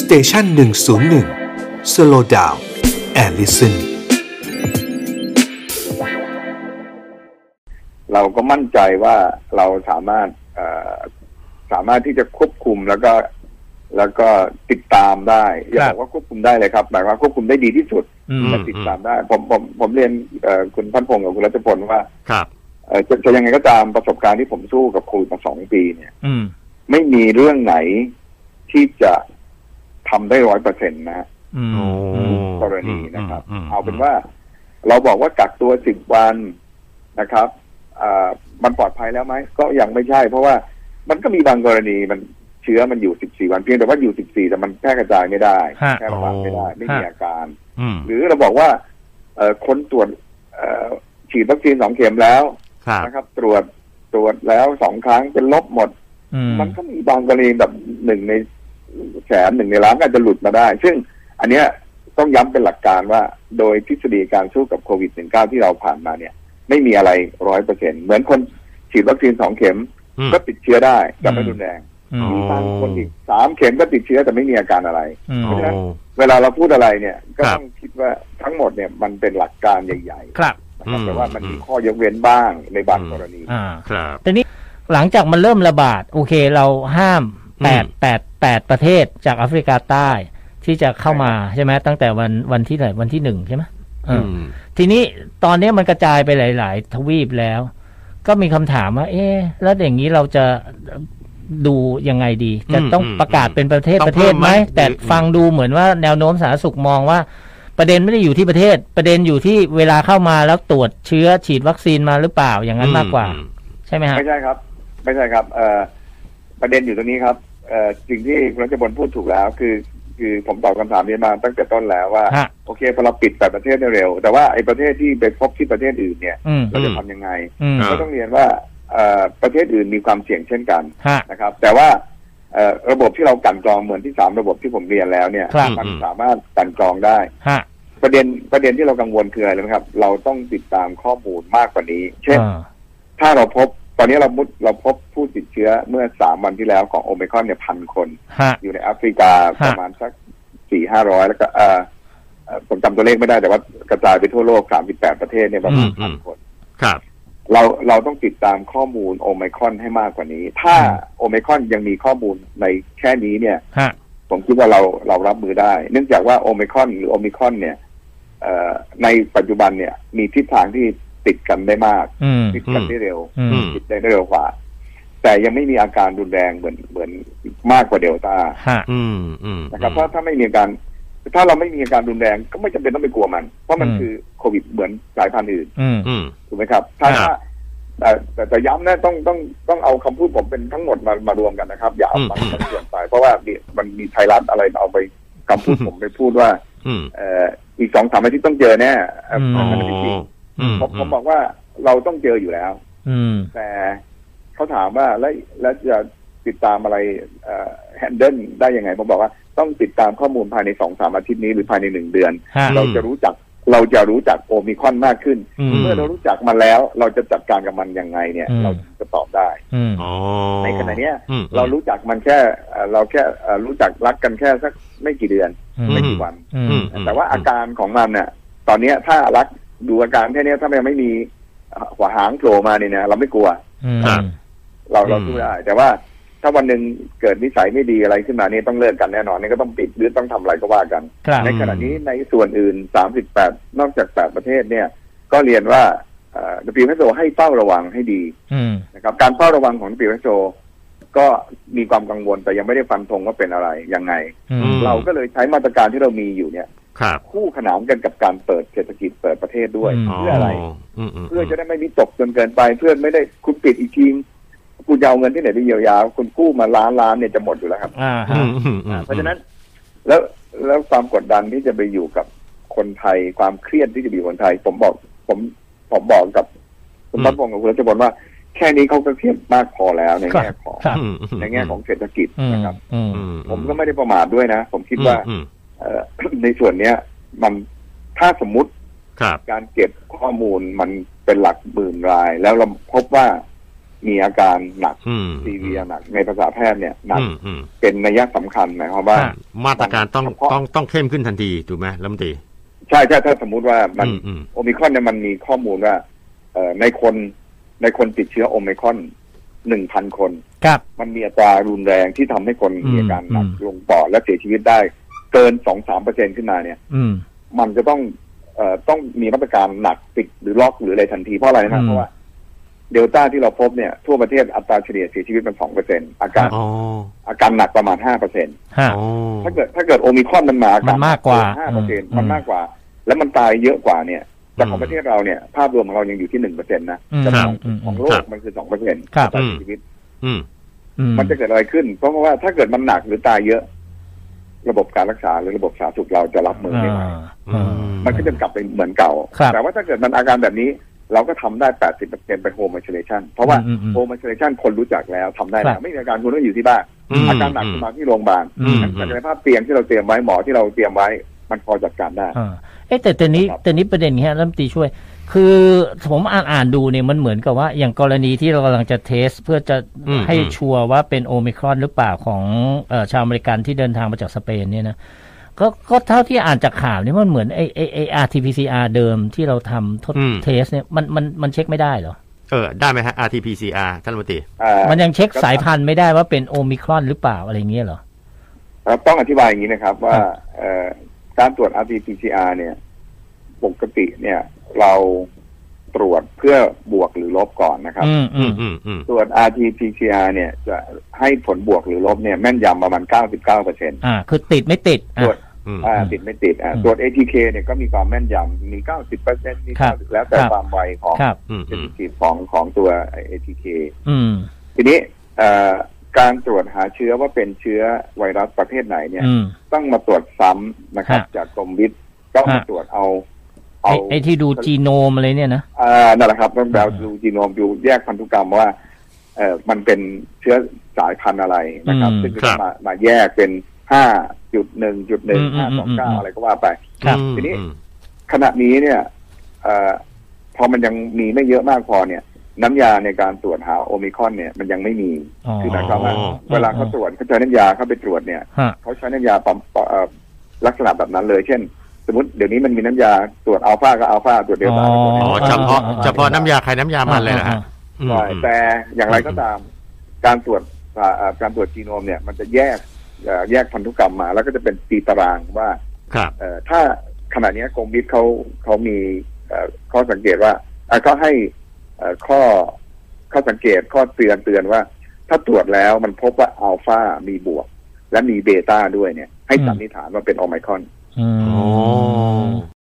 สเตชันหนึ่งศูนย์หนึ่งสโลดาวแอลลิสัน เราก็มั่นใจว่าเราสามารถเอ่อสามารถที่จะควบคุมแล้วก็ แล้วก็ติดตามได้อย่า ครับ บ อกว่าควบคุมได้เลยครับหมายความว่าควบคุมได้ดีที่สุด อืม แต่ติดตามได้ ผมผมผมเรียนเอ่อคุณพันพงศ์กับคุณรัชพลว่า ครับ เอ่อจะจะยังไงก็ตามประสบการณ์ที่ผมสู้กับโควิดมาสองปีเนี่ย อืม ไม่มีเรื่องไหนที่จะทำได้ร้อยเปอร์เซ็นต์นะฮะ อืม โอ้ อืม กรณีนะครับ อืมอืม เอาเป็นว่า เราบอกว่ากักตัวสิบวันนะครับอ่ามันปลอดภัยแล้วไหมก็ยังไม่ใช่ เพราะว่ามันก็มีบางกรณีมันเชื้อมันอยู่สิบสี่วันเพียงแต่ว่าอยู่สิบสี่แต่มันแพร่กระจายไม่ได้ ฮะ แพร่ระบาดไม่ได้ ไม่มีอาการ อืม หรือเราบอกว่า เอ่อคนตรวจเอ่อฉีดวัคซีนสองเข็มแล้ว ครับ นะครับ ตรวจตรวจแล้วสองครั้งเป็นลบหมด อืม มันก็มีบางกรณีแบบหนึ่งในแสนหนึ่งในล้านก็อาจจะหลุดมาได้ ซึ่งอันเนี้ยต้องย้ำเป็นหลักการว่า โดยทฤษฎีการสู้กับโควิด -19 ที่เราผ่านมาเนี่ย ไม่มีอะไรร้อยเปอร์เซ็นเหมือนคนฉีดวัคซีนสองเข็ม อืม ก็ติดเชื้อได้แต่ไม่รุนแรง อืม มีบางคน อ๋ออี อีกสามเข็มก็ติดเชื้อแต่ไม่มีอาการอะไร อืม โอ้ เวลาเราพูดอะไรเนี่ย ก็ ครับ ต้องคิดว่าทั้งหมดเนี่ยมันเป็นหลักการใหญ่ ครับ ๆนะครับ อืม แต่ว่ามันมี อืม ข้อยกเว้นบ้างในบางกรณี อ่า ครับ แต่นี้หลังจากมันเริ่มระบาด โอเคเราห้ามแปด อืม แปดแปดประเทศจากแอฟริกาใต้ที่จะเข้ามาใช่ไหมตั้งแต่วันวันที่ไหนวันที่หนึ่งใช่ไหมเอออ ม ทีนี้ตอนนี้มันกระจายไปหลาย ๆ ทวีปแล้ว ก็มีคำถามว่า เอ๊ะแล้วอย่างนี้เราจะดูยังไงดี จะต้อง อืม ประกาศเป็นประเทศ ต้อง ประเทศ เพิ่ม ไห ไห ม ม แต่ หรือ ฟังดูเหมือนว่าแนวโน้มสาธารณสุขมองว่า ประเด็นไม่ได้อยู่ที่ประเทศ ประเด็นอยู่ที่เวลาเข้ามาแล้วตรวจเชื้อฉีดวัคซีนมาหรือเปล่าอย่างนั้นมากกว่า อืม ใช่ไหมฮะ ไม่ใช่ครับ ไม่ใช่ครับเอ่อประเด็นอยู่ตรงนี้ครับเอ่อสิ่งที่คุณรัชบลพูดถูกแล้ว คือ คือผมตอบคำถามนี้มาตั้งแต่ต้นแล้วว่า ฮะ โอเคพอเราปิดแต่ประเทศได้เร็ว แต่ว่าไอ้ประเทศที่ไปพบที่ประเทศอื่นเนี่ย อืม เราจะ อืม ทำยังไง อืม เอ ก็ต้องเรียนว่าเอ่อประเทศอื่นมีความเสี่ยงเช่นกัน ฮะ นะครับ แต่ว่าเอ่อระบบที่เรากลันกรองเหมือนที่สามระบบที่ผมเรียนแล้วเนี่ย ครับ มั อืม สามารถกลันกรองได้ ฮะ ประเด็นประเด็นที่เรากังวลคืออะไรนะครับ เราต้องติดตามข้อมูลมากกว่านี้ เช่น อ่า ถ้าเราพบตอนนี้เรามุดเราพบผู้ติดเชื้อเมื่อสามวันที่แล้วของโอ i c คอนเนี่ยพันคน ฮะ อยู่ในแอฟริกา ฮะ ประมาณสักสี่ห้าร้อยแล้วก็เออเอ่อผมจำตัวเลขไม่ได้แต่ว่ากระจายไปทั่วโลกสามสิบแปดประเทศเนี่ยประมาณ อื พัน ม คน ครับ เราเราต้องติดตามข้อมูลโอ i c คอนให้มากกว่านี้ ถ้าโอ i c คอนยังมีข้อมูลในแค่นี้เนี่ย ฮะ ผมคิดว่าเราเรารับมือได้ เนื่องจากว่าโอ i c คอนหรือโอ i c คอนเนี่ยเอ่อในปัจจุบันเนี่ย มีทิศทางที่ติดกันได้มาก อืม ติดกันได้เร็ว อืม ติดได้เร็วกว่า แต่ยังไม่มีอาการรุนแรงเหมือนเหมือนมากกว่าเดลต้า ฮะ อืมอืม นะครับถ้าถ้าไม่มีอาการถ้าเราไม่มีอาการรุนแรงก็ไม่จำเป็นต้องไปกลัวมัน เพราะมัน อืม คือโควิดเหมือนสายพันธุ์อื่น อืม อืม ถูกไหมครับ ถ้า ครับ ถ้าแต่แต่แต่ย้ำนะต้องต้องต้องเอาคำพูดผมเป็นทั้งหมดมามารวมกันนะครับ อย่าเอา อืม บางส่วนเปลี่ยนไป เพราะว่ามีมันมีไทยรัฐอะไรเอาไปคำพูด อืม ผมไปพูดว่า อืม เอ่ออีกสองสามอาทิตย์ต้องเจอแน่เอ่อ ม อ๋อ มันไม่จริง อืม ผมผมบอกว่าเราต้องเจออยู่แล้ว อืม แต่เขาถามว่าแล้วแล้วจะติดตามอะไรแฮนเดิลได้ยังไงผมบอกว่าต้องติดตามข้อมูลภายในสองสามอาทิตย์นี้หรือภายในหนึ่งเดือน ฮะ เราจะรู้จักเราจะรู้จักโอมิคอนมากขึ้น อืม เมื่อเรารู้จักมันแล้ว เราจะจัดการกับมันยังไงเนี่ย อืม เราจะตอบได้ อืม อ๋อ ในขณะเนี้ย อืม เรารู้จักมันแค่เอ่อเราแค่เอ่อรู้จักรักกันแค่สักไม่กี่เดือน อืม ไม่กี่วัน อืม อืม แต่ว่าอาการของมันเนี่ยตอนเนี้ยถ้ารักดูอาการแค่เนี้ยถ้ามันยังไม่มีหัวหางโผล่มาเนี่ยนะเราไม่กลัว อืม เราเรา อืม สู้ได้ แต่ว่าถ้าวันหนึ่งเกิดนิสัยไม่ดีอะไรขึ้นมานี่ต้องเลิกกันแน่นอนนี่ก็ต้องปิดหรือต้องทำอะไรก็ว่ากัน ครับ ในขณะนี้ในส่วนอื่น 38 นอกจาก 8 ประเทศเนี่ย ก็เรียนว่าดับบิวเอชโอ WHO ให้เฝ้าระวังให้ดี อืม นะครับ การเฝ้าระวังของดับบิวเอชโอก็มีความกังวลแต่ยังไม่ได้ฟันธงว่าเป็นอะไรยังไง อืม เราก็เลยใช้มาตรการที่เรามีอยู่เนี่ย ครับ คู่ขนานกันกับการเปิดเศรษฐกิจเปิดประเทศด้วย อืม เพื่ออะไร มม เพื่อจะได้ไม่มีตกจนเกินไปเพื่อไม่ได้คุณปิดอีกทีมคุณจะเอาเงินที่ไหนไปเยียวยาคุณกู้มาล้านล้านเนี่ยจะหมดอยู่แล้วครับ อ่าฮะ อืมอืมอืม เพราะฉะนั้นแล้วแล้วความกดดันที่จะไปอยู่กับคนไทยความเครียดที่จะอยู่กับคนไทย ผมบอกผมผมบอกกับคุณ อืม รัฐพงศ์กับคุณรัชบลว่า แค่นี้เขาก็เครียดมากพอแล้วในแง่ของ ครับ อืมม ในแง่ของเศรษฐกิจ อืม นะครับ อืม อื ผมก็ไม่ได้ประมาทด้วยนะ ผมคิดว่า อืม เอ่อ ในส่วนเนี้ย มันถ้าสมมติ ครับ การเก็บข้อมูลมันเป็นหลักหมื่นราย แล้วเราพบว่า มีอาการหนัก อืม ซีเวียหนัก ในภาษาแพทย์เนี่ยหนัก อืมอืม เป็นนัยสำคัญหมายความว่า ค่ะ มาตรการต้อง เฉพาะ ต้องต้องเข้มขึ้นทันทีถูกไหมลำตี ใช่ใช่ถ้าสมมุติว่ามัน อืมอืม โอมิครอนเนี่ยมันมีข้อมูลว่าเอ่อในคนในคนติดเชื้อโอมิครอนหนึ่งพันคน ครับ มันมีอัตรารุนแรงที่ทำให้คน อืม มีอาการหนัก อืม ลงปอดและเสียชีวิตได้เกินสองสามเปอร์เซ็นขึ้นมาเนี่ย อืม มันจะต้องเอ่อต้องมีมาตรการหนักปิดหรือล็อกหรืออะไรทันทีเพราะอะไร อื นะ ม เพราะว่า เดลต้าที่เราพบเนี่ย ทั่วประเทศอัตราเฉลี่ยเสียชีวิตมันสองเปอร์เซ็นอาการ อ๋อ อาการหนักประมาณห้าเปอร์เซ็น ฮะ อ๋อ ถ้าเกิดถ้าเกิดโอมิครอนมันมาอ มันมากกว่า ห้าเปอร์เซ็น อืม มันมากกว่า แล้วมันตายเยอะกว่าเนี่ยแต่ของประเทศเราเนี่ย ภาพรวมของเรายังอยู่ที่หนึ่งเปอร์เซ็นนะ อืม แต่ ครั ข บ อง อืม ของโลกมันคือสองเปอร์เซ็น ครับ อัตราเสียชีวิต อืม อืม มันจะเกิดอะไรขึ้น เพราะว่าถ้าเกิดมันหนักหรือตายเยอะ ระบบการรักษาหรือระบบสาธารณสุขเราจะรับมือไม่ไหว อืม มันก็จะกลับไปเหมือนเก่า ครับ แต่ว่าถ้าเกิดมันอาการแบบนี้ เราก็ทำได้ 80%เป็นโฮมไอ s o เลชันเพราะว่า อืมอืม โฮมไอ s o เลชันคนรู้จักแล้วทำได้ ครั แล้ บ วไม่มีอาการคุณต้องอยู่ที่บ้าน อืม อาการหนักคุณมาที่โรงพยาบาล อืม งั้นศักยภาพเตียงที่เราเตรียมไว้หมอที่เราเตรียมไว้ มันพอจัดการได้ อ่าเอ๊ะแต่แต่นี้ ครับ แต่นี้ประเด็นนี้ฮะรัฐมนตรีช่วย คือผมอ่านอ่านดูเนี่ยมันเหมือนกับว่าอย่างกรณีที่เรากำลังจะเทส เพื่อจะ อืม ให้ อืม ชัวร์ว่าเป็นโอมิครอนหรือเปล่าของเออชาวอเมริกันที่เดินทางมาจากสเปนเนี่ยนะก็ก็เท่าที่อ่านจากข่าวเนี่ยมันเหมือนไอไอไอ RT-PCR เดิมที่เราทำทด อืม เทสเนี่ยมันมันมันเช็คไม่ได้เหรอ เออได้ไหมฮะ RT-PCR ท่านรัฐมนตรี อ่า มันยังเช็คสายพันธุ์ไม่ได้ว่าเป็นโอมิครอนหรือเปล่าอะไรอย่างเงี้ยเหรอ ครับต้องอธิบายอย่างนี้นะครับ ว่า ครับ เอ่อการตรวจ RT-PCR เนี่ย ปกติเนี่ย เราตรวจเพื่อบวกหรือลบก่อนนะครับ อืมอื อื ม มอืมอืม ตรวจ RT-PCR เนี่ย จะให้ผลบวกหรือลบเนี่ยแม่นยำประมาณ 99% อ่า คือติดไม่ติด ตร อ่ะ วจ อืม อ่า อืม ติดไม่ติดอ่า อืม ตรวจ ATK เนี่ยก็มีความแม่นยำมี90เปอร์เซ็นต์มี ครับ 90แล้วแต่ ครับ ความไวของ ครับ อืม เซ อื น ม ซิทีฟของของตัว ATK อืม ทีนี้เอ่อการตรวจหาเชื้อว่าเป็นเชื้อไวรัสประเภทไหนเนี่ย อืม ต้องมาตรวจซ้ำนะครับ ฮะ จากกรมวิทย์ต้องมา ฮะ ตรวจเอา ไอ เอา ไอที่ดูจีโนมอะไรเนี่ยนะ อ่านั่นแหละครับต้องแบบ อ่า ดูจีโนมดูแยกพันธุกรรมว่าเอ่อมันเป็นเชื้อสายพันธุ์อะไรนะครับ อืม ซึ่งก็จะมามาแยกเป็นห้าจุดหนึ่งจุดหนึ่งห้าสองเก้า อืม อะไรก็ว่าไป ครับ ทีนี้ อืม ขณะนี้เนี่ยเออพอมันยังมีไม่เยอะมากพอเนี่ย น้ำยาในการตรวจหาโอมิครอนเนี่ยมันยังไม่มี อ๋อ คือหมายความว่า อ๋อ เวลาเขาตรวจเขาใช้น้ำยาเขาไปตรวจเนี่ย ฮะ เขาใช้น้ำยาปรับเอ่อลักษณะแบบนั้นเลย เช่น สมมติเดี๋ยวนี้มันมีน้ำยาตรวจอัลฟาก็อัลฟาตรวจเดลต้าก็ตรวจเด อ๋ ล อ ต้า เฉพาะ อ่า เฉพาะน้ำยาใครน้ำยามันเลยนะฮะ ใช่ อืม แต่อย่างไรก็ตาม การตรวจอ่าอ่าการตรวจจีโนมเนี่ย มันจะแยกเอ่อแยกพันธุกรรมมา แล้วก็จะเป็นตีตารางว่า ครับ เอ่อถ้าขณะเนี้ยกรมวิทย์เขาเขามีเอ่อข้อสังเกตว่าเอ่อเขาให้เอ่อข้อข้อสังเกตข้อเตือนเตือนว่า ถ้าตรวจแล้วมันพบว่าอัลฟามีบวก และมีเบต้าด้วยเนี่ย ให้ อืม สันนิษฐานว่าเป็นโอไมครอน อืม อ๋อ